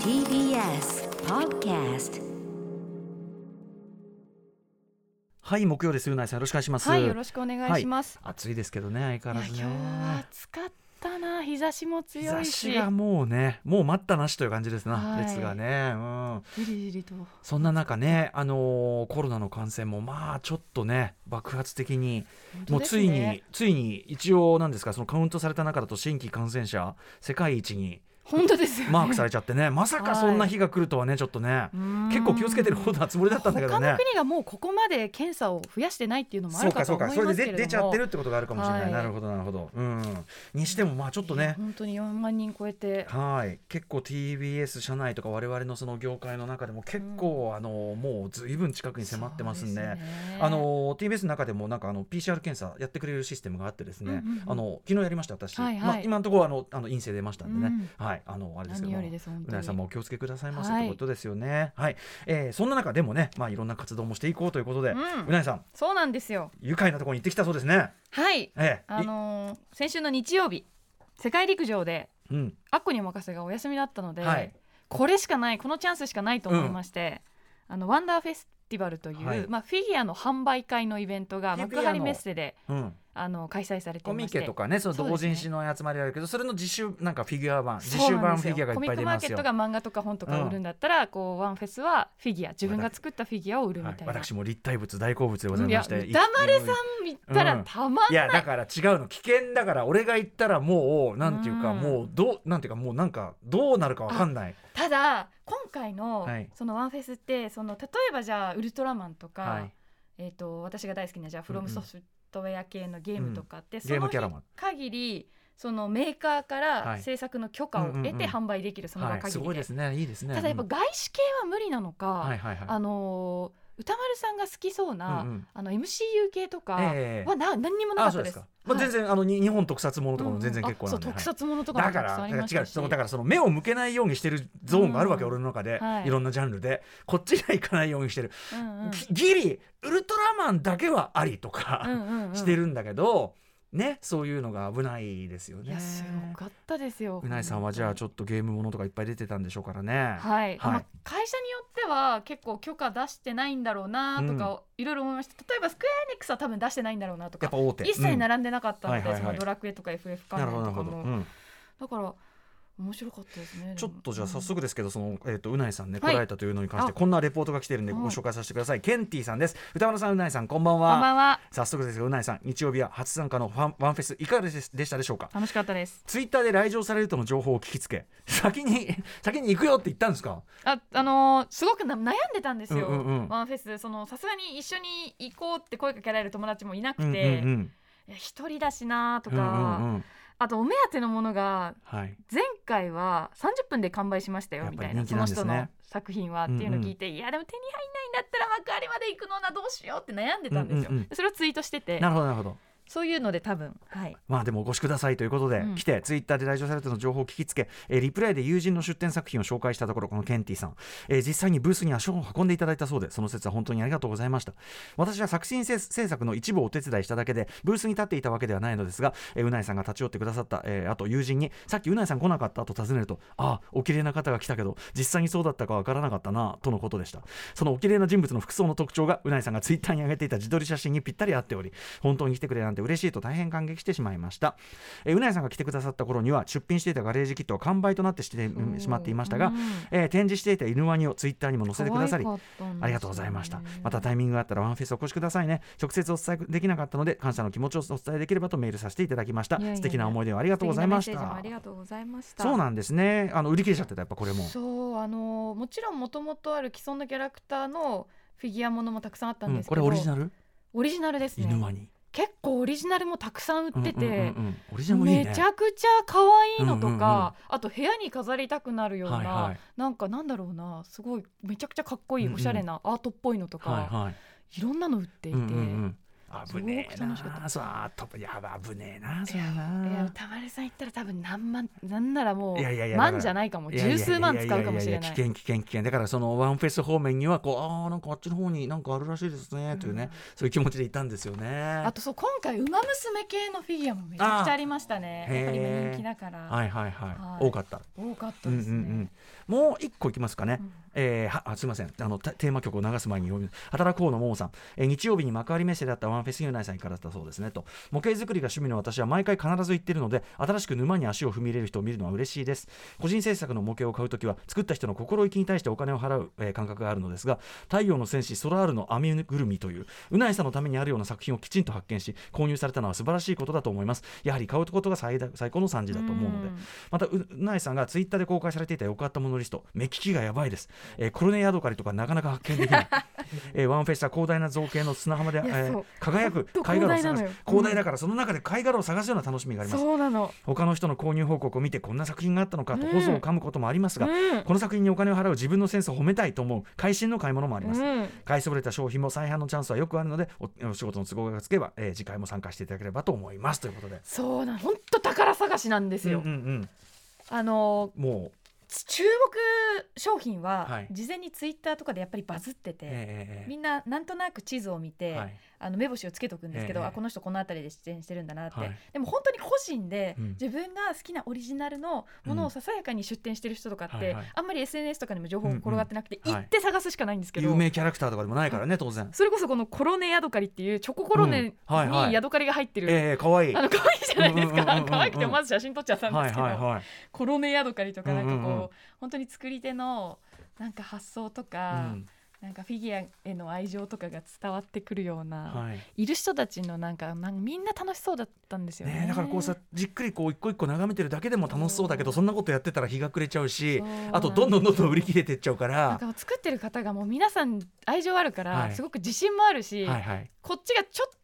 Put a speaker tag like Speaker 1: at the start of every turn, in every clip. Speaker 1: TBS Podcast
Speaker 2: はい木曜ですうないさんよろしくお願いします
Speaker 3: はい、よろしくお願いします。
Speaker 2: はい暑いですけどね相変わらず
Speaker 3: い
Speaker 2: ね
Speaker 3: や、今日は暑かったな、日差しも
Speaker 2: 日
Speaker 3: 強
Speaker 2: 差
Speaker 3: い
Speaker 2: し
Speaker 3: し、
Speaker 2: がもうねもう待ったなしという感じですな、
Speaker 3: はい
Speaker 2: 列がねうん
Speaker 3: じりじりと。
Speaker 2: そんな中ねあのーコロナの感染もまあちょっとね爆発的に、もうついについに一応なんですかそのカウントされた中だと新規感染者世界一に
Speaker 3: 本当ですよね、
Speaker 2: マークされちゃってねまさかそんな日が来るとはねちょっとね結構気をつけてる方なつもりだったんだけど
Speaker 3: 他
Speaker 2: ね
Speaker 3: の国がもうここまで検査を増やしてないっていうのもあ
Speaker 2: そう
Speaker 3: る
Speaker 2: か
Speaker 3: か
Speaker 2: そ
Speaker 3: と
Speaker 2: う
Speaker 3: 思い
Speaker 2: か
Speaker 3: ます
Speaker 2: そ
Speaker 3: け
Speaker 2: れ
Speaker 3: れども、
Speaker 2: で出出ちゃってるってことがあるかもしれない、
Speaker 3: はい
Speaker 2: なるほどなるほどうんうんにしてもまあちょっとね
Speaker 3: 本当に4万人超えて、
Speaker 2: はい結構 TBS 社内とか我々のその業界の中でも結構、あのもうずいぶん近くに迫ってますんで
Speaker 3: そうですね
Speaker 2: あの TBS の中でもなんかあの PCR 検査やってくれるシステムがあってですね、
Speaker 3: うんうんうん
Speaker 2: あの昨日やりました私、
Speaker 3: はいはい
Speaker 2: まあ、今のところあのあの陰性出ましたんでね、はいあのあれですけど
Speaker 3: 何
Speaker 2: も
Speaker 3: よりです本
Speaker 2: うな
Speaker 3: 当
Speaker 2: ぎさんも
Speaker 3: に。
Speaker 2: お気をつけくださいませと
Speaker 3: はい
Speaker 2: いうことですよね。はい、えーそんな中でもね、まあいろんな活動もしていこうということで、
Speaker 3: うん
Speaker 2: うなぎさん
Speaker 3: そうなんですよ。
Speaker 2: 愉快なところに行ってきたそうですね。
Speaker 3: はい、
Speaker 2: ええ
Speaker 3: あのー先週の日曜日、世界陸上で
Speaker 2: いうん、
Speaker 3: アッコにお任せがお休みだったので、
Speaker 2: はい
Speaker 3: これしかないこのチャンスしかないと思いまして、あのワンダーフェスティバルという、
Speaker 2: はい
Speaker 3: まあ、フィギュアの販売会のイベントが
Speaker 2: フィギュ
Speaker 3: 幕
Speaker 2: アの
Speaker 3: 張メッセで
Speaker 2: うん、
Speaker 3: あの開催されて
Speaker 2: コ
Speaker 3: いま
Speaker 2: ミ
Speaker 3: して
Speaker 2: ケとかね、その
Speaker 3: そう
Speaker 2: 同
Speaker 3: ですね
Speaker 2: 人誌の集まりあるけど、それの自習なんかフィギュア版、自
Speaker 3: そう
Speaker 2: 習
Speaker 3: なん
Speaker 2: 版
Speaker 3: です
Speaker 2: フィ
Speaker 3: よ
Speaker 2: ギュアがいっ
Speaker 3: コミ
Speaker 2: ぱい
Speaker 3: ッ
Speaker 2: 出
Speaker 3: クマー
Speaker 2: ま
Speaker 3: ケ
Speaker 2: すよ
Speaker 3: ット。が漫画とか本とかを売るんだったら、こうワンフェスはフィギュア自分が作ったフィギュアを売るみ
Speaker 2: はい
Speaker 3: たいな、
Speaker 2: 私も立体物大好物でございまして。
Speaker 3: いや歌丸さん行った
Speaker 2: うん
Speaker 3: らたまん
Speaker 2: いやだから違うの危険だから俺が行ったらもうなんていうか
Speaker 3: うん
Speaker 2: もうどうなんていうかもうなんかどうなるかわかんない
Speaker 3: ただ今回の、
Speaker 2: はい
Speaker 3: そのワンフェスってその例えばじゃあウルトラマンとか、
Speaker 2: はい
Speaker 3: えー、と私が大好きなじゃあフ
Speaker 2: うんう
Speaker 3: ロ
Speaker 2: ん
Speaker 3: ムソフトウェア系のゲームとかって、
Speaker 2: ゲームキャラ
Speaker 3: その
Speaker 2: も
Speaker 3: 日限りそのメーカーか
Speaker 2: は
Speaker 3: ら
Speaker 2: い
Speaker 3: 制作の許可
Speaker 2: う
Speaker 3: を得
Speaker 2: んうんうん
Speaker 3: て販売できるその場
Speaker 2: は
Speaker 3: 限りで、
Speaker 2: いすごいですねいいですね
Speaker 3: ただやっぱ
Speaker 2: うん
Speaker 3: 外資系は無理なのか、
Speaker 2: はいはいはい
Speaker 3: あのー歌丸さんが好きそうな、
Speaker 2: うんうん
Speaker 3: あの MCU 系とか
Speaker 2: ええ
Speaker 3: はな、何にもなか
Speaker 2: あ
Speaker 3: っ
Speaker 2: そうで
Speaker 3: たです
Speaker 2: すかま
Speaker 3: は
Speaker 2: あ
Speaker 3: い
Speaker 2: 全然あのに日本特撮ものとかも全然結構なんで
Speaker 3: うんうんあそう特撮ものとか
Speaker 2: だ
Speaker 3: も
Speaker 2: か
Speaker 3: たく
Speaker 2: ら
Speaker 3: さんあ
Speaker 2: だか
Speaker 3: り
Speaker 2: ら
Speaker 3: まし
Speaker 2: 違
Speaker 3: た
Speaker 2: う
Speaker 3: し
Speaker 2: そのだからその目を向けないようにしてるゾーンがあるわけ、
Speaker 3: うん
Speaker 2: 俺の中で、
Speaker 3: はい
Speaker 2: い、ろんなジャンルでこっちには行かないようにしてる、
Speaker 3: うんうん
Speaker 2: ぎギリウルトラマンだけはありと
Speaker 3: う
Speaker 2: か、
Speaker 3: んうんうん
Speaker 2: してるんだけどねそういうのが危ないですよ
Speaker 3: い
Speaker 2: ね
Speaker 3: やすごかったですよ
Speaker 2: うないさんはじゃあちょっとゲームものとかいっぱい出てたんでしょうからね
Speaker 3: はい、
Speaker 2: はい
Speaker 3: まあ、会社によっては結構許可出してないんだろうなとか、いろいろ思いました例えばスクエアエニックスは多分出してないんだろうなと
Speaker 2: やっ
Speaker 3: か
Speaker 2: ぱ大手
Speaker 3: 一切並んでなかったので、
Speaker 2: うんはいはいはい
Speaker 3: そのドラクエとか FF
Speaker 2: うんなる
Speaker 3: 関
Speaker 2: ほどな
Speaker 3: 連と
Speaker 2: る
Speaker 3: か
Speaker 2: ほど、
Speaker 3: も、
Speaker 2: うん
Speaker 3: だから面白かったですねでも
Speaker 2: ちょっとじゃあ早
Speaker 3: うん
Speaker 2: 速ですけどそのえっ、とうないさんね来
Speaker 3: はい
Speaker 2: られたというのに関して
Speaker 3: あ
Speaker 2: こんなレポートが来てるんで
Speaker 3: うん
Speaker 2: ご紹介させてください、ケンティさんです歌丸さんうないさんこんばんは
Speaker 3: こんばんは
Speaker 2: 早速ですがうないさん日曜日は初参加のファンワンフェスいかがでしでしたでしょうか
Speaker 3: 楽しかったです
Speaker 2: ツイッターで来場されるとの情報を聞きつ け先に先に行くよって言ったんですか
Speaker 3: ああのーすごくな悩んでたんですよ、
Speaker 2: うんうんうん
Speaker 3: ワンフェスそのさすがに一緒に行こうって声かけられる友達もいなく
Speaker 2: うんうんう
Speaker 3: て
Speaker 2: ん
Speaker 3: いや一人だしなーとか、
Speaker 2: うんうんうん
Speaker 3: あとお目当てのものが
Speaker 2: はい
Speaker 3: 前回は30分で完売しました
Speaker 2: や
Speaker 3: よ
Speaker 2: っ
Speaker 3: み
Speaker 2: ぱり
Speaker 3: たいな
Speaker 2: 人気
Speaker 3: そ
Speaker 2: なん
Speaker 3: の
Speaker 2: ですね
Speaker 3: 人の作品はっていうの
Speaker 2: う
Speaker 3: を
Speaker 2: んうん
Speaker 3: 聞いて、いやでも手に入んないんだったら幕張まで行くのなどうしようって悩んでたんですよ、
Speaker 2: うんうんう
Speaker 3: それをツイートしてて
Speaker 2: なるほどなるほど
Speaker 3: そういうので多分はい
Speaker 2: まあでもお越しくださいということで、
Speaker 3: うん
Speaker 2: 来てツイッターで来場されての情報を聞きつけ、えーリプライで友人の出展作品を紹介したところこのケンティさん、えー実際にブースに足を運んでいただいたそうでその説は本当にありがとうございました私は作品制制作の一部をお手伝いしただけでブースに立っていたわけではないのですが、えーうないさんが立ち寄ってくださった、えーあと友人にさっきうないさん来なかったと尋ねるとああお綺麗な方が来たけど実際にそうだったかわからなかったなとのことでしたそのお綺麗な人物の服装の特徴がうないさんがツイッターに上げていた自撮り写真にぴったり合っており本当に来てくれなんて嬉しいと大変感激してしまいましたえーうなやさんが来てくださった頃には出品していたガレージキットは完売となってしてうんしまっていましたが、えー展示していた犬ワニをツイッターにも載せてくださり
Speaker 3: 可愛かったんですよね
Speaker 2: ありがとうございました。またタイミングがあったらワンフェスお越しくださいね。直接お伝えできなかったので感謝の気持ちをお伝えできればとメールさせていただきました。
Speaker 3: いやいやいや
Speaker 2: 素敵な思い出をありがとうございまし
Speaker 3: 素敵なメッセージ
Speaker 2: た
Speaker 3: もあり。がとうございました
Speaker 2: そうなんですね。あの売り切れちゃってたやっぱこれも。
Speaker 3: そうあのーもちろんもともとある既存のキャラクターのフィギュアものもたくさんあった
Speaker 2: うんん
Speaker 3: です
Speaker 2: こ
Speaker 3: け
Speaker 2: れ
Speaker 3: ど、
Speaker 2: オリジナル？
Speaker 3: オリジナルです
Speaker 2: 犬
Speaker 3: ね
Speaker 2: ワニ。
Speaker 3: 結構オリジナルもたくさん売ってて、
Speaker 2: うんうんうんうんオリジナルもいいね。
Speaker 3: めちゃくちゃ可愛いのとか、
Speaker 2: うんうんうんうん
Speaker 3: あと部屋に飾りたくなるような、
Speaker 2: はいはい
Speaker 3: なんかなんだろうなすごいめちゃくちゃかっこいい、
Speaker 2: うんうん
Speaker 3: おしゃれなアートっぽいのとか、、
Speaker 2: はいはい
Speaker 3: ろんなの売ってい
Speaker 2: い。
Speaker 3: て、
Speaker 2: うんうんうん危ねえ
Speaker 3: すごく楽しかった
Speaker 2: なそうあとやば危ねえなそ
Speaker 3: いう
Speaker 2: や
Speaker 3: いや
Speaker 2: な
Speaker 3: 歌丸さん行ったら多分何万なんならもう
Speaker 2: いやいやいやだから
Speaker 3: 万じゃないかも
Speaker 2: いやいや
Speaker 3: 十数万使うかもしれ
Speaker 2: やや
Speaker 3: ない
Speaker 2: や危険
Speaker 3: い
Speaker 2: 危険危険だからそのワンフェス方面にはこうああなんかあっちの方になんかあるらしいですねというね、
Speaker 3: うん
Speaker 2: そういう気持ちでいたんですよね
Speaker 3: あとそう今回ウマ娘系のフィギュアもめちゃくちゃありましたね
Speaker 2: あー
Speaker 3: やっぱり
Speaker 2: へー
Speaker 3: 今人気だから、
Speaker 2: はいはいはい、
Speaker 3: はい
Speaker 2: 多かった
Speaker 3: 多かったですね、
Speaker 2: うんうんうん、もう一個いきますかね、
Speaker 3: うん
Speaker 2: えーはあすいませんあのたテーマ曲を流す前に読み働こうのももさん、えー日曜日に幕張メッセであったワンフェスユーナイさんからだったそうですねと模型作りが趣味の私は毎回必ず行ってるので新しく沼に足を踏み入れる人を見るのは嬉しいです個人制作の模型を買うときは作った人の心意気に対してお金を払う、えー感覚があるのですが太陽の戦士ソラールの網ぐるみといううないさんのためにあるような作品をきちんと発見し購入されたのは素晴らしいことだと思いますやはり買うことが最大最高の賛辞だと思うので
Speaker 3: うん
Speaker 2: またううないさんがツイッターで公開されていた良かったものリスト目利きがやばいです、えーコロネヤドカリとかなかなか発見できない、えーワンフェスは広大な造形の砂浜で、え
Speaker 3: いや
Speaker 2: ー
Speaker 3: そう
Speaker 2: 輝く
Speaker 3: ほんと
Speaker 2: 貝殻を探す
Speaker 3: 広大なのよ
Speaker 2: 広大だからその中で貝殻を探すような楽しみがあります
Speaker 3: そうなの、
Speaker 2: 他の人の購入報告を見てこんな作品があったのかと
Speaker 3: うん
Speaker 2: 放送を噛むこともあります
Speaker 3: う
Speaker 2: が、
Speaker 3: ん
Speaker 2: この作品にお金を払う自分のセンスを褒めたいと思う会心の買い物もあります、
Speaker 3: うん
Speaker 2: 買いそぶれた商品も再販のチャンスはよくあるのでおお仕事の都合がつけば、えー次回も参加していただければと思いますということで。
Speaker 3: そうなの本当宝探しなんですよ、
Speaker 2: うんうん
Speaker 3: あの
Speaker 2: うん、もう、
Speaker 3: 注目商品
Speaker 2: は
Speaker 3: はい事前にツイッターとかでやっぱりバズってて、
Speaker 2: えー
Speaker 3: みんななんとなく地図を見て、
Speaker 2: はい
Speaker 3: あの目星をつけとくんですけど、
Speaker 2: ええ
Speaker 3: あこの人この辺りで出演してるんだなって、
Speaker 2: はい
Speaker 3: でも本当に個人で
Speaker 2: うん
Speaker 3: 自分が好きなオリジナルのものをささやかに出展してる人とかって、
Speaker 2: はいはい
Speaker 3: あんまり SNS とかにも情報が転がってなくて、
Speaker 2: うんうん
Speaker 3: 行って探すしかないんですけど、
Speaker 2: 有名キャラクターとかでもないからね当然。
Speaker 3: それこそこのコロネヤドカリっていうチョココロネ
Speaker 2: うんはいはい
Speaker 3: にヤドカリが入ってる、
Speaker 2: ええ可愛い
Speaker 3: あの可愛いじゃないですか、
Speaker 2: うんうんうんうんうん
Speaker 3: 可愛くてまず写真撮っちゃったん
Speaker 2: は
Speaker 3: で
Speaker 2: い
Speaker 3: すけど、
Speaker 2: はいはい。
Speaker 3: コロネヤドカリとかなんかこう、
Speaker 2: うんうんうん
Speaker 3: 本当に作り手のなんか発想とか、なんかフィギュアへの愛情とかが伝わってくるような。
Speaker 2: うんはい。
Speaker 3: いる人たちのなんかなんかみんな楽しそうだったんですよね。
Speaker 2: ねえだからこうさじっくりこう一個一個眺めてるだけでも楽しそうだけどそんなことやってたら日が暮れちゃうし
Speaker 3: そう
Speaker 2: あとどんどんどんどん売り切れてっちゃうか
Speaker 3: なん
Speaker 2: ら。
Speaker 3: かもう作ってる方がもう皆さん愛情あるから、
Speaker 2: はい
Speaker 3: すごく自信もあるし、
Speaker 2: はいはい。
Speaker 3: こっちがちょっと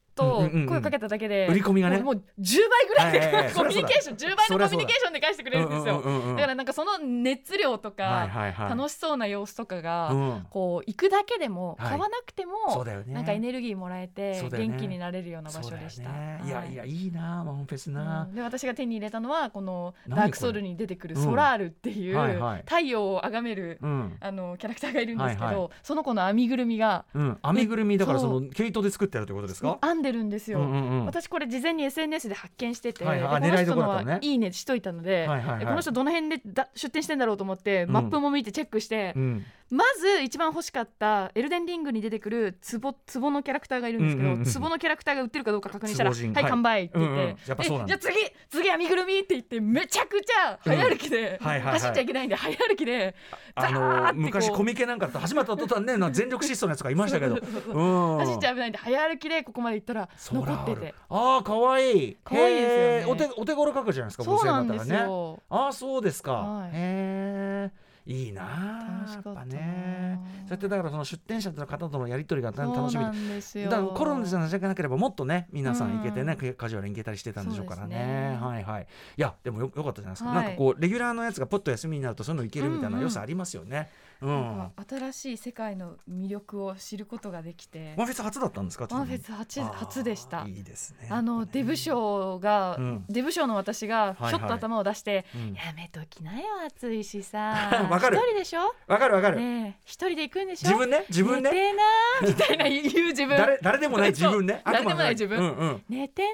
Speaker 3: 声かけただけで、
Speaker 2: うんうんうん売り込みがね
Speaker 3: もうもう10倍ぐらいで、
Speaker 2: は いはいはい
Speaker 3: コミュニケーション10倍
Speaker 2: そりゃ
Speaker 3: の
Speaker 2: そうだ
Speaker 3: コミュニケーションで返してくれるんですよ。
Speaker 2: うんうんうんうん
Speaker 3: だからなんかその熱量とか、
Speaker 2: はいはいはい。
Speaker 3: 楽
Speaker 2: し
Speaker 3: しそうな様子とかが、
Speaker 2: うん。
Speaker 3: こう行くだけでも、
Speaker 2: はい
Speaker 3: 買わなくて
Speaker 2: そう
Speaker 3: も、
Speaker 2: だよね。
Speaker 3: なんかエネルギーもらえて、
Speaker 2: そうだよね
Speaker 3: 元気になれるような場
Speaker 2: そう
Speaker 3: 所
Speaker 2: だよ
Speaker 3: でした。
Speaker 2: ね
Speaker 3: はい
Speaker 2: やいやいいなマンフェス
Speaker 3: う。
Speaker 2: なん
Speaker 3: で私が手に入れたのはこの「
Speaker 2: 何これ
Speaker 3: ダークソウル」に出てくるソラールっていう
Speaker 2: うんはいはい
Speaker 3: 太陽をあがめる、
Speaker 2: うん。
Speaker 3: あのキャラクターがいるんですけど、
Speaker 2: はいは
Speaker 3: その子の編みぐるみが
Speaker 2: うん。編みぐるみだから
Speaker 3: そ
Speaker 2: そうの毛糸で作ってあるということですか。
Speaker 3: 編んでるんです
Speaker 2: う
Speaker 3: よ。
Speaker 2: んうんうん。
Speaker 3: 私これ事前に SNS で発見してて、
Speaker 2: はいはいあ
Speaker 3: でこの
Speaker 2: 狙いどこ
Speaker 3: 人
Speaker 2: ろ
Speaker 3: の
Speaker 2: だったのね
Speaker 3: はいいねしといたので、
Speaker 2: はいはいはい
Speaker 3: でこの人どの辺でだ出店してんだろうと思って、
Speaker 2: うん
Speaker 3: マップも見てチェックして
Speaker 2: う、ん。
Speaker 3: まず一番欲しかった「エルデンリング」に出てくる壺壺のキャラクターがいるんですけど、
Speaker 2: うんうんうん
Speaker 3: 壺のキャラクターが売ってるかどうか確認したら「
Speaker 2: 壺人
Speaker 3: はい、
Speaker 2: はい
Speaker 3: 完売」って言って、
Speaker 2: うんうんやっぱそうなん
Speaker 3: え
Speaker 2: だ
Speaker 3: じゃあ次次はみぐるみって言ってめちゃくちゃ早歩きで、
Speaker 2: うんはいはいはい
Speaker 3: 走っちゃいけないんで早歩きで
Speaker 2: あ
Speaker 3: ザー
Speaker 2: の
Speaker 3: ってこう
Speaker 2: 昔コミケなんかだと始まった途端ねな全力疾走のやつがいました けど。
Speaker 3: そうそうそうそう
Speaker 2: うん。
Speaker 3: 走っちゃ危ないんで早歩きでここまで行ったら
Speaker 2: ソ
Speaker 3: 残
Speaker 2: ラ
Speaker 3: って
Speaker 2: ール
Speaker 3: て。
Speaker 2: ああ可愛い。
Speaker 3: 可愛いですよね
Speaker 2: へーお手お手頃価格じゃないですか。
Speaker 3: そうなん
Speaker 2: 5000円
Speaker 3: で
Speaker 2: だっ
Speaker 3: す
Speaker 2: たらね。
Speaker 3: よ、
Speaker 2: ああそうですか。
Speaker 3: はい
Speaker 2: へえいいなあ。
Speaker 3: 楽しかっ
Speaker 2: やぱ
Speaker 3: たな
Speaker 2: ね。そうやってだからその出店者の方とのやり取りがた楽し
Speaker 3: そ
Speaker 2: み
Speaker 3: うな
Speaker 2: で。
Speaker 3: んです
Speaker 2: だ
Speaker 3: よ
Speaker 2: からコロナじゃなければもっとね皆さん行けてね、
Speaker 3: うん
Speaker 2: カカジュアルに行けたりしてたんでしょうからね
Speaker 3: そう
Speaker 2: は
Speaker 3: ですね
Speaker 2: いはいいやでもよよかったじゃないですか、
Speaker 3: はい
Speaker 2: なんかこうレギュラーのやつがポッと休みになるとそういうの行けるみたいな良さありますよねうん、
Speaker 3: なんか新しい世界の魅力を知ることができて
Speaker 2: ワンフェス初だったんですかちな
Speaker 3: ワン
Speaker 2: み
Speaker 3: フ
Speaker 2: に
Speaker 3: ェス初初でした
Speaker 2: あーいいですね
Speaker 3: あのデブ賞が、
Speaker 2: うん
Speaker 3: デブ賞の私が
Speaker 2: はい
Speaker 3: ちょっと頭を出して、
Speaker 2: うん
Speaker 3: やめときなよ暑いしさ
Speaker 2: わかる
Speaker 3: 一人でしょ
Speaker 2: わかるわかる、
Speaker 3: ねえ一人で行くんでしょ
Speaker 2: 自分ね自分
Speaker 3: 寝
Speaker 2: ね
Speaker 3: てなーみたいな言う自分
Speaker 2: 誰誰でもない自分ね
Speaker 3: そう
Speaker 2: 悪魔の
Speaker 3: 誰でも
Speaker 2: う
Speaker 3: なん
Speaker 2: うん
Speaker 3: 寝てな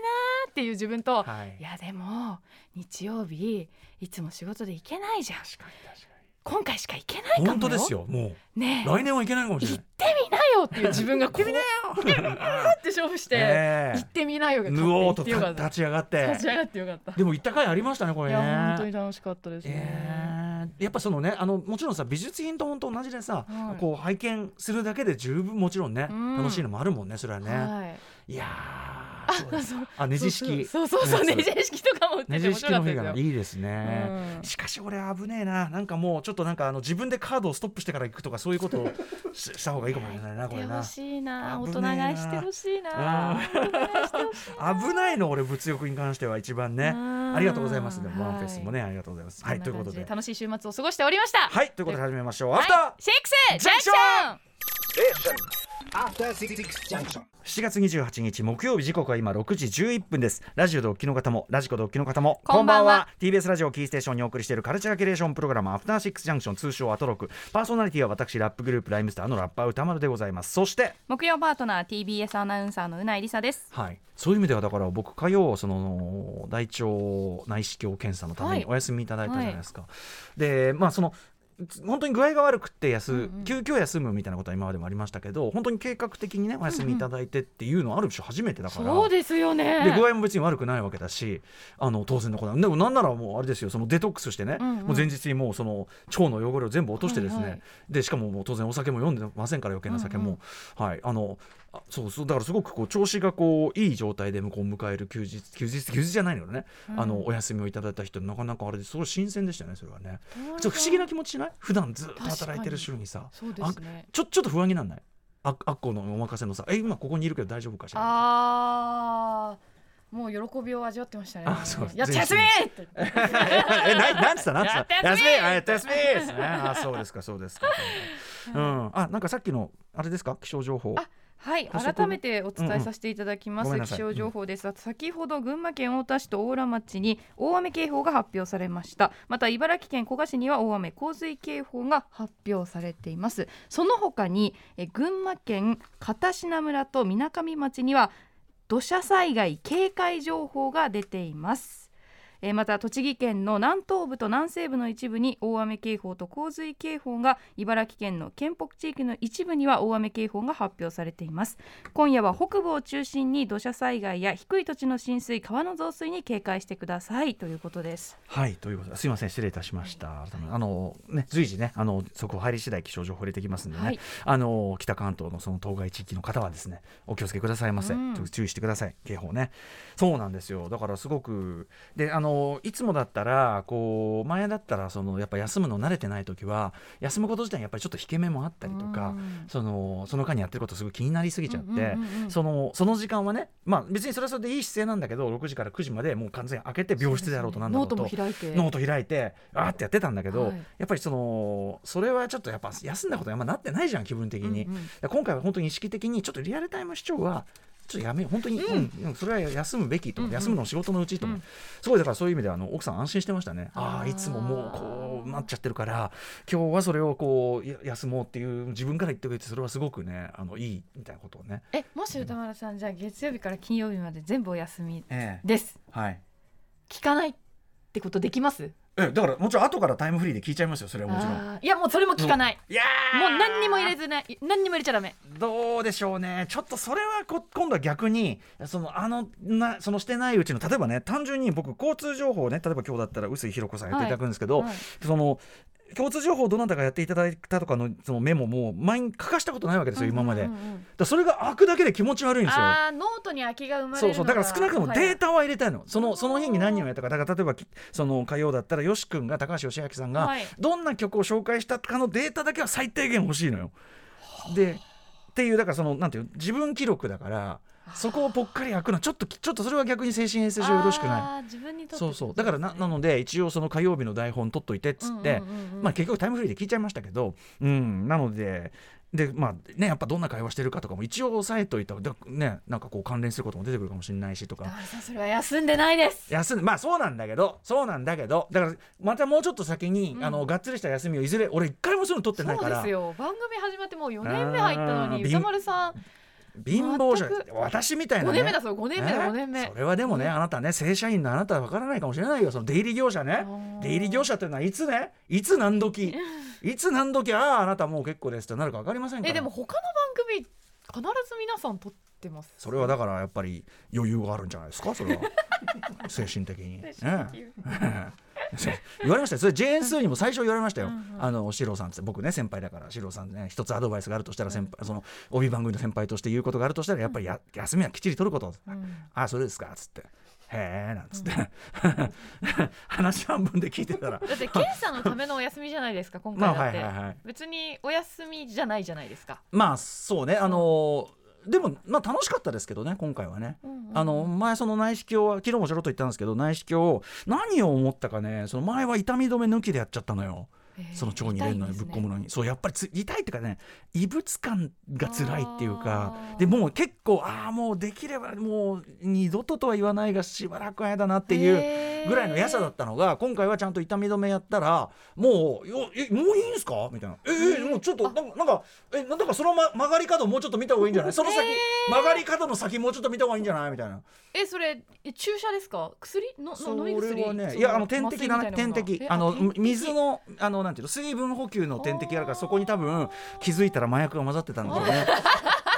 Speaker 3: ーっていう自分と、
Speaker 2: はい
Speaker 3: い、やでも日曜日いつも仕事で行けないじゃん
Speaker 2: 確かに確か
Speaker 3: 今回しか行けないかも
Speaker 2: に
Speaker 3: よ
Speaker 2: 本当ですよも
Speaker 3: ね
Speaker 2: う
Speaker 3: え
Speaker 2: 来年はいけないかもしれない
Speaker 3: 行ってみなよ っていう自分がこう行ってみなよって勝負して、
Speaker 2: ええ
Speaker 3: 行ってみなよが
Speaker 2: ぬおー
Speaker 3: 勝
Speaker 2: と
Speaker 3: 手に行ってよかった
Speaker 2: 立ち上がって
Speaker 3: 立ち上がってよかった
Speaker 2: でも行った回ありましたねこれ
Speaker 3: い
Speaker 2: ね
Speaker 3: や本当に楽しかったですね。
Speaker 2: ええやっぱそのねあのもちろんさ美術品と本当同じでさ、
Speaker 3: はい
Speaker 2: こう拝見するだけで十分もちろんね、
Speaker 3: うん
Speaker 2: 楽しいのもあるもんねそれはね、
Speaker 3: はい。
Speaker 2: い、やーそうだ
Speaker 3: そう
Speaker 2: あネジ式
Speaker 3: そうそうそう
Speaker 2: ね
Speaker 3: ネジ式とかも売って
Speaker 2: ネ
Speaker 3: て
Speaker 2: ジ
Speaker 3: 面白
Speaker 2: 式
Speaker 3: か
Speaker 2: の
Speaker 3: っ
Speaker 2: フィ
Speaker 3: た
Speaker 2: ギュアも
Speaker 3: ですよ。
Speaker 2: いいですね、
Speaker 3: うん
Speaker 2: しかし俺危ねえななんかもうちょっとなんかあの自分でカードをストップしてから行くとかそういうことを しした方がいいかもしれないなこ
Speaker 3: や
Speaker 2: れ
Speaker 3: って
Speaker 2: な
Speaker 3: ほしいな。大
Speaker 2: 危ねえ
Speaker 3: 人
Speaker 2: な
Speaker 3: 買いしてほしいな。
Speaker 2: うん
Speaker 3: 大人買いしてほしい
Speaker 2: 危ないの俺物欲に関しては一番ね
Speaker 3: うん
Speaker 2: ありがとうございますでもワ
Speaker 3: はい
Speaker 2: ンフェスもねありがとうございます
Speaker 3: な。
Speaker 2: はいということ
Speaker 3: そんな感じ
Speaker 2: で
Speaker 3: 楽しい週末を過ごしておりました。
Speaker 2: はいということで始めましょうア
Speaker 3: は
Speaker 2: フ
Speaker 3: い
Speaker 2: ター
Speaker 3: シェイクスジ
Speaker 2: ジ
Speaker 3: ャ
Speaker 2: ャ
Speaker 3: ン
Speaker 2: ンク
Speaker 3: クシ
Speaker 2: シ
Speaker 3: ョン。
Speaker 2: ョ
Speaker 4: After Six Junction.
Speaker 2: 7月28日木曜日時刻は今6時11分ですラジオでお聞きの方もラジコでお聞きの方も
Speaker 3: こんばんは
Speaker 2: TBS ラジオキーステーションにお送りしているカルチャーキュレーションプログラムアフターシックスジャンクション通称アトロクパーソナリティは私ラップグループライムスターのラッパー歌丸でございますそして
Speaker 5: 木曜パートナー TBS アナウンサーのうないりさです
Speaker 2: はい、そういう意味ではだから僕火曜その大腸内視鏡検査のために
Speaker 3: はい
Speaker 2: お休みいただいたじゃないですか。でまあそのつ本当に具合が悪くって休、急遽休むみたいなことは今までもありましたけど本当に計画的にねお休みいただいてっていうのはある種初めてだから、
Speaker 3: そうですよね
Speaker 2: で具合も別に悪くないわけだしあの当然のことなんでもなんならもうあれですよそのデトックスしてね、
Speaker 3: んうん
Speaker 2: もう前日にもうその腸の汚れを全部落としてですね、
Speaker 3: はいはい
Speaker 2: でしかももう当然お酒も飲んでませんから余計な酒も、はいあのあそうそうだからすごくこう調子がこういい状態でこう迎える休日休日休日じゃないのよね、あのお休みをいただいた人なかなかあれですごい新鮮でしたねそれはねちょっと不思議な気持ちしない普段ずっと働いてる週にさ
Speaker 3: そうですね
Speaker 2: ちょちょっと不安になんないああっこのお任せのさえ今ここにいるけど大丈夫かしらみたいな
Speaker 3: あーもう喜びを味わってましたね
Speaker 2: あそう
Speaker 3: やっちゃ休みって
Speaker 2: え、な、なんつった、なんつった。
Speaker 3: やって休み
Speaker 2: あ、やって休みですね。あ、そうですか、そうですか。うん、あ、なんかさっきの、あれですか、気象情報。
Speaker 5: あはい
Speaker 2: 補足
Speaker 5: 改めてお伝えさせていただきま
Speaker 2: うん
Speaker 5: す、
Speaker 2: うんごめんなさ
Speaker 5: 気
Speaker 2: い
Speaker 5: 象情報です、先ほど群馬県太田市と邑楽町に大雨警報が発表されましたまた茨城県古河市には大雨洪水警報が発表されていますその他にえ群馬県片品村と水上町には土砂災害警戒情報が出ていますえーまた栃木県の南東部と南西部の一部に大雨警報と洪水警報が茨城県の県北地域の一部には大雨警報が発表されています今夜は北部を中心に土砂災害や低い土地の浸水川の増水に警戒してくださいということです
Speaker 2: はい、ということで、すいません、失礼いたしました。あの、ね、随時ね、あの、速報入り次第気象情報入れてきますんでね。
Speaker 5: はい
Speaker 2: あの、北関東のその当該地域の方はですね、お気をつけくださいませ。ちょっと注意してください、警報ね。そうなんですよ、だから、すごく、で、あの、いつもだったら、こう、前だったら、その、やっぱ休むの慣れてない時は。休むこと自体、やっぱりちょっと引け目もあったりとか。そのその間にやってることすごい気になりすぎちゃって、
Speaker 3: うんうんうんうん
Speaker 2: そのその時間はね、まあ、別にそれはそれでいい姿勢なんだけど6時から9時までもう完全に開けて病室であろうとなんだろう
Speaker 3: ノー
Speaker 2: と
Speaker 3: トも開いて
Speaker 2: ノート開いてあーってやってたんだけど、
Speaker 3: はい
Speaker 2: やっぱりそのそれはちょっとやっぱ休んだことにあんまなってないじゃん気分的に、
Speaker 3: うんう
Speaker 2: だ
Speaker 3: ん
Speaker 2: から今回は本当に意識的にちょっとリアルタイム視聴はちょっとやめよう本当に、うんうんそれは休むべきと、休むのも仕事のうちと思う、すごいだからそういう意味ではあの奥さん安心してましたねああいつももうこうなっちゃってるから今日はそれをこうや休もうっていう自分から言ってくれてそれはすごくねあのいいみたいなことをね、
Speaker 3: えもし歌丸さんじゃあ月曜日から金曜日まで全部お休み
Speaker 2: え
Speaker 3: です
Speaker 2: はい
Speaker 3: 聞かないってことできます
Speaker 2: えだからもちろん後からタイムフリーで聞いちゃいますよそれはもちろん。
Speaker 3: あーいやもうそれも聞かない
Speaker 2: いやー
Speaker 3: もう何にも入れずね何にも入れちゃダメ
Speaker 2: どうでしょうね、ちょっとそれはこ今度は逆に、そのあのなそのしてないうちの、例えばね、単純に僕、交通情報をね、例えば今日だったら、臼井ひろ子さんやっていただくんですけど、
Speaker 3: はいはい
Speaker 2: その交通情報をどなたかやっていただいたとかのそのメモも、前に書かしたことないわけですよ、今まで。
Speaker 3: うんうんうんうん
Speaker 2: だからそれが開くだけで気持ち悪いんですよ。
Speaker 3: あーノートに空きが生まれる
Speaker 2: そう
Speaker 3: の
Speaker 2: そうだから少なくともデー
Speaker 3: タ
Speaker 2: タは入れたいの、そのその日に何をやったかだから例えばきその火曜だったらよし君が高橋義明さんが、
Speaker 3: はい
Speaker 2: どんな曲を紹介したかのデータだけは最低限欲しいのよ。でっていうだからそのなんていうの自分記録だからそこをぽっかり開くのはちょっときちょっとそれは逆に精神衛生上よろしくない。
Speaker 3: い自分にとって
Speaker 2: そうそうだからななので一応その火曜日の台本取っといてっつって、
Speaker 3: うんうんうんうん
Speaker 2: まあ、結局タイムフリーで聞いちゃいましたけど、うん、なので。でまあね、やっぱどんな会話してるかとかも一応押さえといたらでね、なんかこう関連することも出てくるかもしれないしと
Speaker 3: 歌
Speaker 2: か
Speaker 3: 丸さんそれは休んでないです
Speaker 2: 休んでまあそうなんだけどそうなんだけどだからまたもうちょっと先に、あのがっつりした休みをいずれ俺一回もそういうの取ってない
Speaker 3: そ
Speaker 2: か
Speaker 3: うで
Speaker 2: ら
Speaker 3: すよ番組始まってもう4年目入ったの
Speaker 2: あー
Speaker 3: に歌丸さん
Speaker 2: 貧乏者
Speaker 3: 全く
Speaker 2: 私みたいな、
Speaker 3: 5
Speaker 2: ね、
Speaker 3: 年目だそう5年目だ
Speaker 2: ね
Speaker 3: 5年目
Speaker 2: それはでもね、あなたね正社員のあなたは分からないかもしれないよその出入り業者ね
Speaker 3: ー
Speaker 2: 出入り業者というのはいつねいつ何時いつ何時あああなたもう結構ですってなるか分かりませんから
Speaker 3: えでも他の番組必ず皆さん撮ってます
Speaker 2: それはだからやっぱり余裕があるんじゃないですかそれ は精神的にね言われましたよそれ JN2 にも最初言われましたよあの四郎さんって僕ね先輩だから四郎さんね一つアドバイスがあるとしたら先輩その帯番組の先輩として言うことがあるとしたらやっぱりや休みはきっちり取ること、ああそれですかっつってへえなんつって、 話半分で聞いてたら
Speaker 3: だって検査のためのお休みじゃないですか今
Speaker 2: まあ
Speaker 3: 回だ
Speaker 2: は
Speaker 3: っ
Speaker 2: い
Speaker 3: て、
Speaker 2: はいはい
Speaker 3: 別にお休みじゃないじゃないですか
Speaker 2: まあそうねあのーでもまあ楽しかったですけどね今回はね、あの前その内視鏡は昨日もちょろっと言ったんですけど内視鏡何を思ったかねその前は痛み止め抜きでやっちゃったのよその腸に入れるのにぶっ込むのに、そうやっぱりつ痛いっていうかね異物感が辛いっていうか
Speaker 3: あー
Speaker 2: でもう結構ああもうできればもう二度ととは言わないがしばらく間だなっていう。ぐらいの野さだったのが今回はちゃんと痛み止めやったらもうよえもういいんすかみたいなええもうちょっとなんかなんかえなんかその、ま、曲がり角もうちょっと見た方がいいんじゃないその先、曲がり角の先もうちょっと見た方がいいんじゃないみたいな
Speaker 3: えそれえ注射ですか薬の
Speaker 2: そ
Speaker 3: の飲み薬
Speaker 2: れはね
Speaker 3: そ
Speaker 2: いやあの点滴だ
Speaker 3: 麻
Speaker 2: ね
Speaker 3: 酔みたい
Speaker 2: 点
Speaker 3: な
Speaker 2: 滴
Speaker 3: のがえ
Speaker 2: あの
Speaker 3: 点滴
Speaker 2: 水のあのなんていうの水分補給の点滴あるからそこに多分気づいたら麻薬が混ざってたんだよ ね。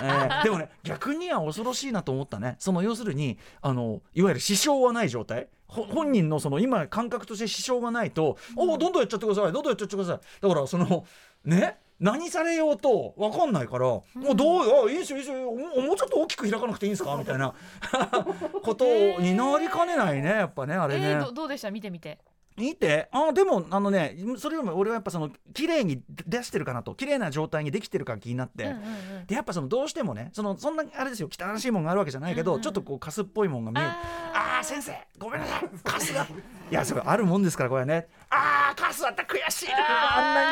Speaker 2: えーでもね逆には恐ろしいなと思ったねその要するにあのいわゆる支障はない状態ほ本人のその今感覚として支障がないと「おおどんどんやっちゃってくださいどんどんやっちゃってください」だからそのね何されようと分かんないから、もうどうあいいですよいいですよもうもうちょっと大きく開かなくていいんですかみたいなことになりかねないねやっぱねあれね。
Speaker 3: えーどどうでした見てみて
Speaker 2: 見てあでもあのねそれよりも俺はやっぱその綺麗に出してるかなと綺麗な状態にできてるか気になって、
Speaker 3: うんうんうん
Speaker 2: でやっぱそのどうしてもねそのそんなあれですよ汚らしいもんがあるわけじゃないけど、
Speaker 3: うんうん
Speaker 2: ちょっとこうカスっぽいもんが見える
Speaker 3: あ
Speaker 2: あー先生ごめんなさいカスがいやそれあるもんですからこれはねあーカスだった悔しいなあ
Speaker 3: あ
Speaker 2: んなに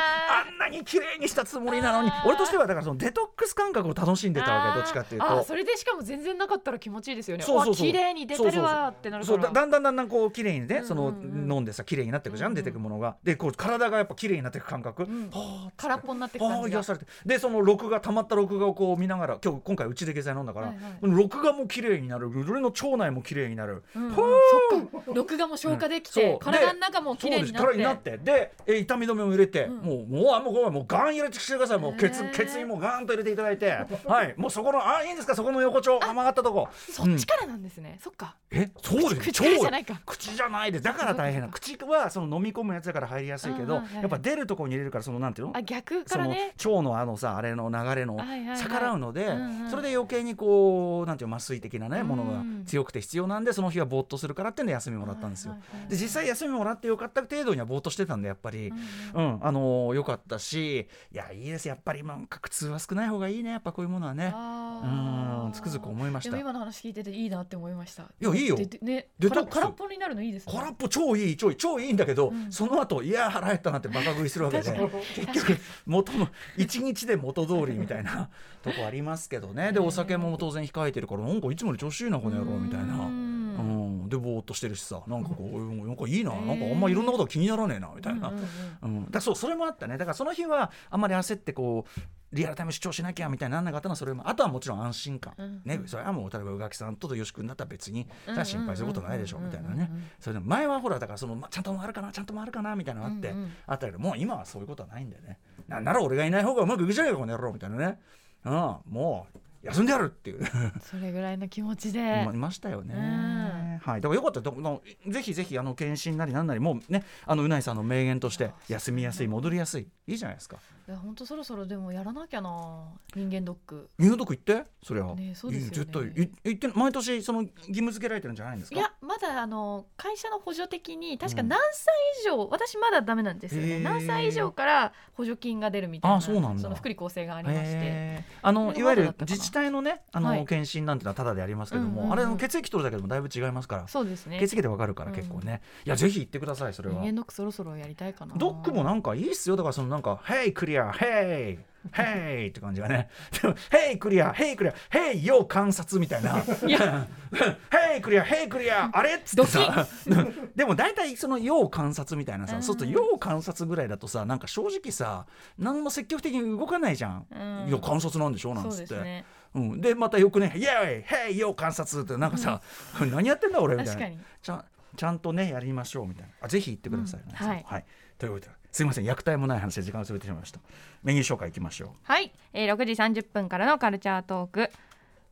Speaker 2: あんなに綺麗にしたつもりなのに俺としてはだからそのデトックス感覚を楽しんでたわけどっちかっていう
Speaker 3: あー
Speaker 2: と
Speaker 3: それでしかも全然なかったら気持ちいいですよね
Speaker 2: そうそうそう
Speaker 3: わ綺麗に出てるわーってなるか
Speaker 2: そ
Speaker 3: ら
Speaker 2: うだだんだんだんだんこう綺麗にね、
Speaker 3: うん
Speaker 2: その
Speaker 3: うんうん
Speaker 2: 飲んでさ綺麗になっていくじゃん、
Speaker 3: うんうん
Speaker 2: 出てくものがでこう体がやっぱ綺麗になっていく感覚、
Speaker 3: ん
Speaker 2: はあ
Speaker 3: 空っぽになってく
Speaker 2: ああ
Speaker 3: 感じ
Speaker 2: 癒
Speaker 3: が
Speaker 2: やされてでその録画たまった録画をこう見ながら今日今回うちで下剤飲んだから、
Speaker 3: はいはい
Speaker 2: この録画も綺麗になる俺の腸内も綺麗になる。
Speaker 3: うんうん
Speaker 2: ほー
Speaker 3: そっか録画も消化でき
Speaker 2: うん
Speaker 3: て、
Speaker 2: そう
Speaker 3: 体の中も
Speaker 2: そ
Speaker 3: 綺
Speaker 2: う
Speaker 3: 麗
Speaker 2: です
Speaker 3: になっ
Speaker 2: 体
Speaker 3: て
Speaker 2: になってでえ痛み止めも入れて、
Speaker 3: ん
Speaker 2: もうもうあもうごめんもうガン入れてきてくださいもう血
Speaker 3: へー
Speaker 2: 血にもガンと入れていただいてはいもうそこのあいいんですかそこの横丁曲がったとこ
Speaker 3: そっちからなんですね、そっか
Speaker 2: えそうです
Speaker 3: 口からじゃないか
Speaker 2: 口じゃないでだから大変な口はその飲み込むやつだから入りやすいけど、
Speaker 3: うんうんはい
Speaker 2: やっぱ出るとこに入れるからそのなんていうの
Speaker 3: あ逆か
Speaker 2: そ
Speaker 3: ら
Speaker 2: の
Speaker 3: ね
Speaker 2: 腸のあのさあれの流れの
Speaker 3: はいはいはい
Speaker 2: 逆らうので、
Speaker 3: うんうん
Speaker 2: それで余計にこうなんていうの麻酔的なねものが
Speaker 3: うん
Speaker 2: 強くて必要なんでその日はぼーっとするからってんで休みもらったんですよ。で実際休みもらってよかった程度にはぼーっとしてたんでやっぱり、うんあのーよかったしいやいいですやっぱりなんか苦痛は少ない方がいいねやっぱこういうものはね。
Speaker 3: あー
Speaker 2: うんつくづく思いました
Speaker 3: でも今の話聞いてていいなって思いました
Speaker 2: いやいいよ
Speaker 3: ででね
Speaker 2: デトッ
Speaker 3: 空
Speaker 2: クス
Speaker 3: 空っぽになるのいいですね
Speaker 2: 空っぽ超いい超いい超いいんだけど、
Speaker 3: ん
Speaker 2: その後いやー腹減ったなってバカ食いするわけで結局元の一日で元通りみたいな とこありますけどねでお酒も当然控えてるからなんかいつもより調子いいなこの野郎みたいな。
Speaker 3: うん
Speaker 2: うん、でぼーっとしてるしさなんかこううんなんかいいななんかあんまいろんなことが気にならねえなみたいな、
Speaker 3: う
Speaker 2: うん
Speaker 3: うんうん
Speaker 2: んだからそうそれもあったねだからその日はあんまり焦ってこうリアルタイム視聴しなきゃみたいにならなかったのはそれもあとはもちろん安心感、
Speaker 3: うん
Speaker 2: ね、それはもう例えば宇垣さんとよし君だったら別に
Speaker 3: うん
Speaker 2: さ心配することないでしょ
Speaker 3: うん
Speaker 2: みたいなね
Speaker 3: うん
Speaker 2: それでも前はほらだからそのまちゃんと回るかなちゃんと回るかなみたいなのあって、
Speaker 3: うんうん
Speaker 2: あったけどもう今はそういうことはないんだよねなんなら俺がいない方がうまくいくじゃねえかこの野郎みたいなね、うん、もう休んでやるっていう。
Speaker 3: それぐらいの気持ち
Speaker 2: い
Speaker 3: で
Speaker 2: まいましたよね。
Speaker 3: うん
Speaker 2: はい、だからよかったと、のぜひぜひあの検診なりなんなりもうね、あのうないさんの名言として休みやすい戻りやすいいいじゃないですか。
Speaker 3: いや本当そろそろでもやらなきゃな人間ドック
Speaker 2: 入毒行って、それは。
Speaker 3: ねそうですよね
Speaker 2: 絶対い行って毎年その義務付けられてるんじゃないんです
Speaker 3: い
Speaker 2: か。
Speaker 3: やまだあの会社の補助的に確か何歳以上、私まだダメなんですよ
Speaker 2: へ
Speaker 3: ね
Speaker 2: ー
Speaker 3: 何歳以上から補助金が出るみたいな
Speaker 2: あそうなんだ
Speaker 3: の福利厚生がありまして
Speaker 2: へーあの
Speaker 3: そ
Speaker 2: い
Speaker 3: れ
Speaker 2: わ
Speaker 3: は
Speaker 2: ゆ
Speaker 3: ど
Speaker 2: る
Speaker 3: うだったかな
Speaker 2: 自治体のねあの、
Speaker 3: はい
Speaker 2: 検診なんてのはただでありますけども、
Speaker 3: うんうんうん
Speaker 2: あれの血液取るだけでもだいぶ違いますから、
Speaker 3: そうですね
Speaker 2: 血液でわかるから結構ね、いやぜひ行ってくださいそれ
Speaker 3: 人
Speaker 2: は
Speaker 3: 間ドックそろそろやりたいかな
Speaker 2: ドックもなんかいいっすよだからそのなんか「Hey クリア Hey!」ヘイって感じがね。でも、ヘイクリア、ヘイクリア、ヘイよ観察みたいな。ヘイクリア、ヘイクリア、あれっつってさ。でも大体そのよう観察みたいな
Speaker 3: う
Speaker 2: さ、
Speaker 3: ん
Speaker 2: そうするとよう観察ぐらいだとさ、なんか正直さ、何も積極的に動かないじゃん。
Speaker 3: うん
Speaker 2: いや、観察なんでしょなん
Speaker 3: そ
Speaker 2: つ
Speaker 3: う
Speaker 2: っ
Speaker 3: で
Speaker 2: て。
Speaker 3: すね
Speaker 2: うん、でまたよくね「イエーイヘイよ観察」ってなんかさ「何やってんだ俺」みたい
Speaker 3: 確か
Speaker 2: な
Speaker 3: に
Speaker 2: ちゃんちゃんとねやりましょうみたいなあぜひ行ってください、
Speaker 3: うんはい
Speaker 2: ということですいません虐待もない話で時間が潰れてしまいましたメニュー紹介いきましょ
Speaker 5: はい、えー、6時30分からのカルチャートーク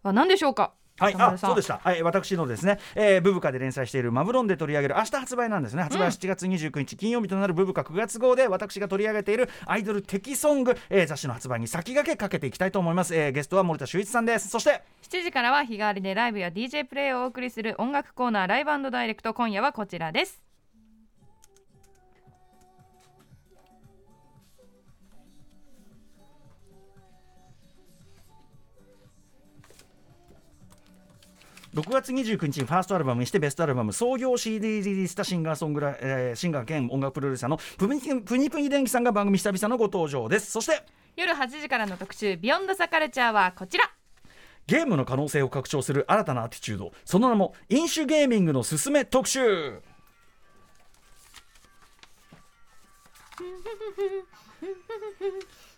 Speaker 5: は何でしょうか
Speaker 2: うはい
Speaker 5: 中
Speaker 2: あ
Speaker 5: 村さん
Speaker 2: そうでした、はい、私のですね、えーブブカで連載しているマブロンで取り上げる明日発売なんですね発売7月29日金曜日となるブブカ9月号で私が取り上げているアイドル的ソング、えー雑誌の発売に先駆けかけていきたいと思います、えーゲストは森田修一さんですそして
Speaker 5: 7時からは日替わりでライブや DJ プレイをお送りする音楽コーナーライブダイレクト今夜はこちらです
Speaker 2: 6月29日にファーストアルバムにしてベストアルバム創業 CD リリースしたシンガーソングラ、えーシンガー兼音楽プロデューサーのプニプニプニ電気さんが番組久々のご登場ですそして
Speaker 3: 夜8時からの特集「ビヨンドサカルチャー」はこちら
Speaker 2: ゲームの可能性を拡張する新たなアティチュードその名も飲酒ゲーミングのすすめ特集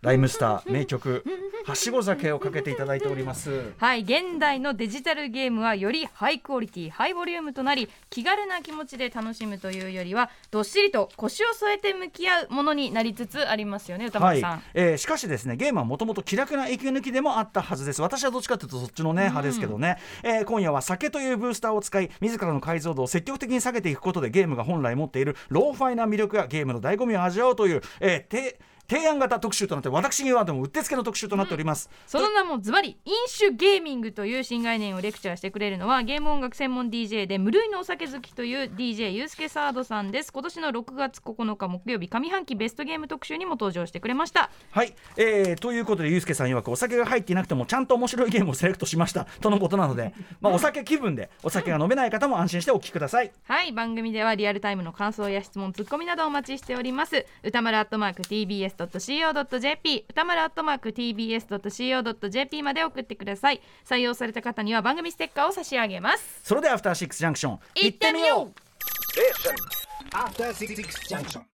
Speaker 2: ライムスター名曲「はしご酒」をかけていただいております
Speaker 3: はい現代のデジタルゲームはよりハイクオリティハイボリュームとなり気軽な気持ちで楽しむというよりはどっしりと腰を添えて向き合うものになりつつありますよね歌
Speaker 2: は
Speaker 3: 丸
Speaker 2: い
Speaker 3: さん、
Speaker 2: えーしかしですねゲームはもともと気楽な息抜きでもあったはずです私はどっちかというとそっちの、ね派ですけどね、えー今夜は酒というブースターを使い自らの解像度を積極的に下げていくことでゲームが本来持っているローファイな魅力やゲームの醍醐味を味わうという、えーて提案型特集となって私にはでもうってつけの特集となっております、
Speaker 3: その名もズバリ飲酒ゲーミングという新概念をレクチャーしてくれるのはゲーム音楽専門 DJ で無類のお酒好きという DJ ユースケサードさんです今年の6月9日木曜日上半期ベストゲーム特集にも登場してくれました
Speaker 2: はい、えーということでゆうすけさん曰くお酒が入っていなくてもちゃんと面白いゲームをセレクトしましたとのことなの で、まあ、お酒気分でお酒が飲めない方も安心してお聞きください
Speaker 3: はい番組ではリアルタイムの感想や質問ツッコミなどお待ちしております歌丸アットマーク TBS.CO.JP 歌丸アットマーク TBS.CO.JP まで送ってください採用された方には番組ステッカーを差し上げます
Speaker 2: それではアフターシックスジャンクション
Speaker 3: 行ってみよう
Speaker 4: After Six Junction.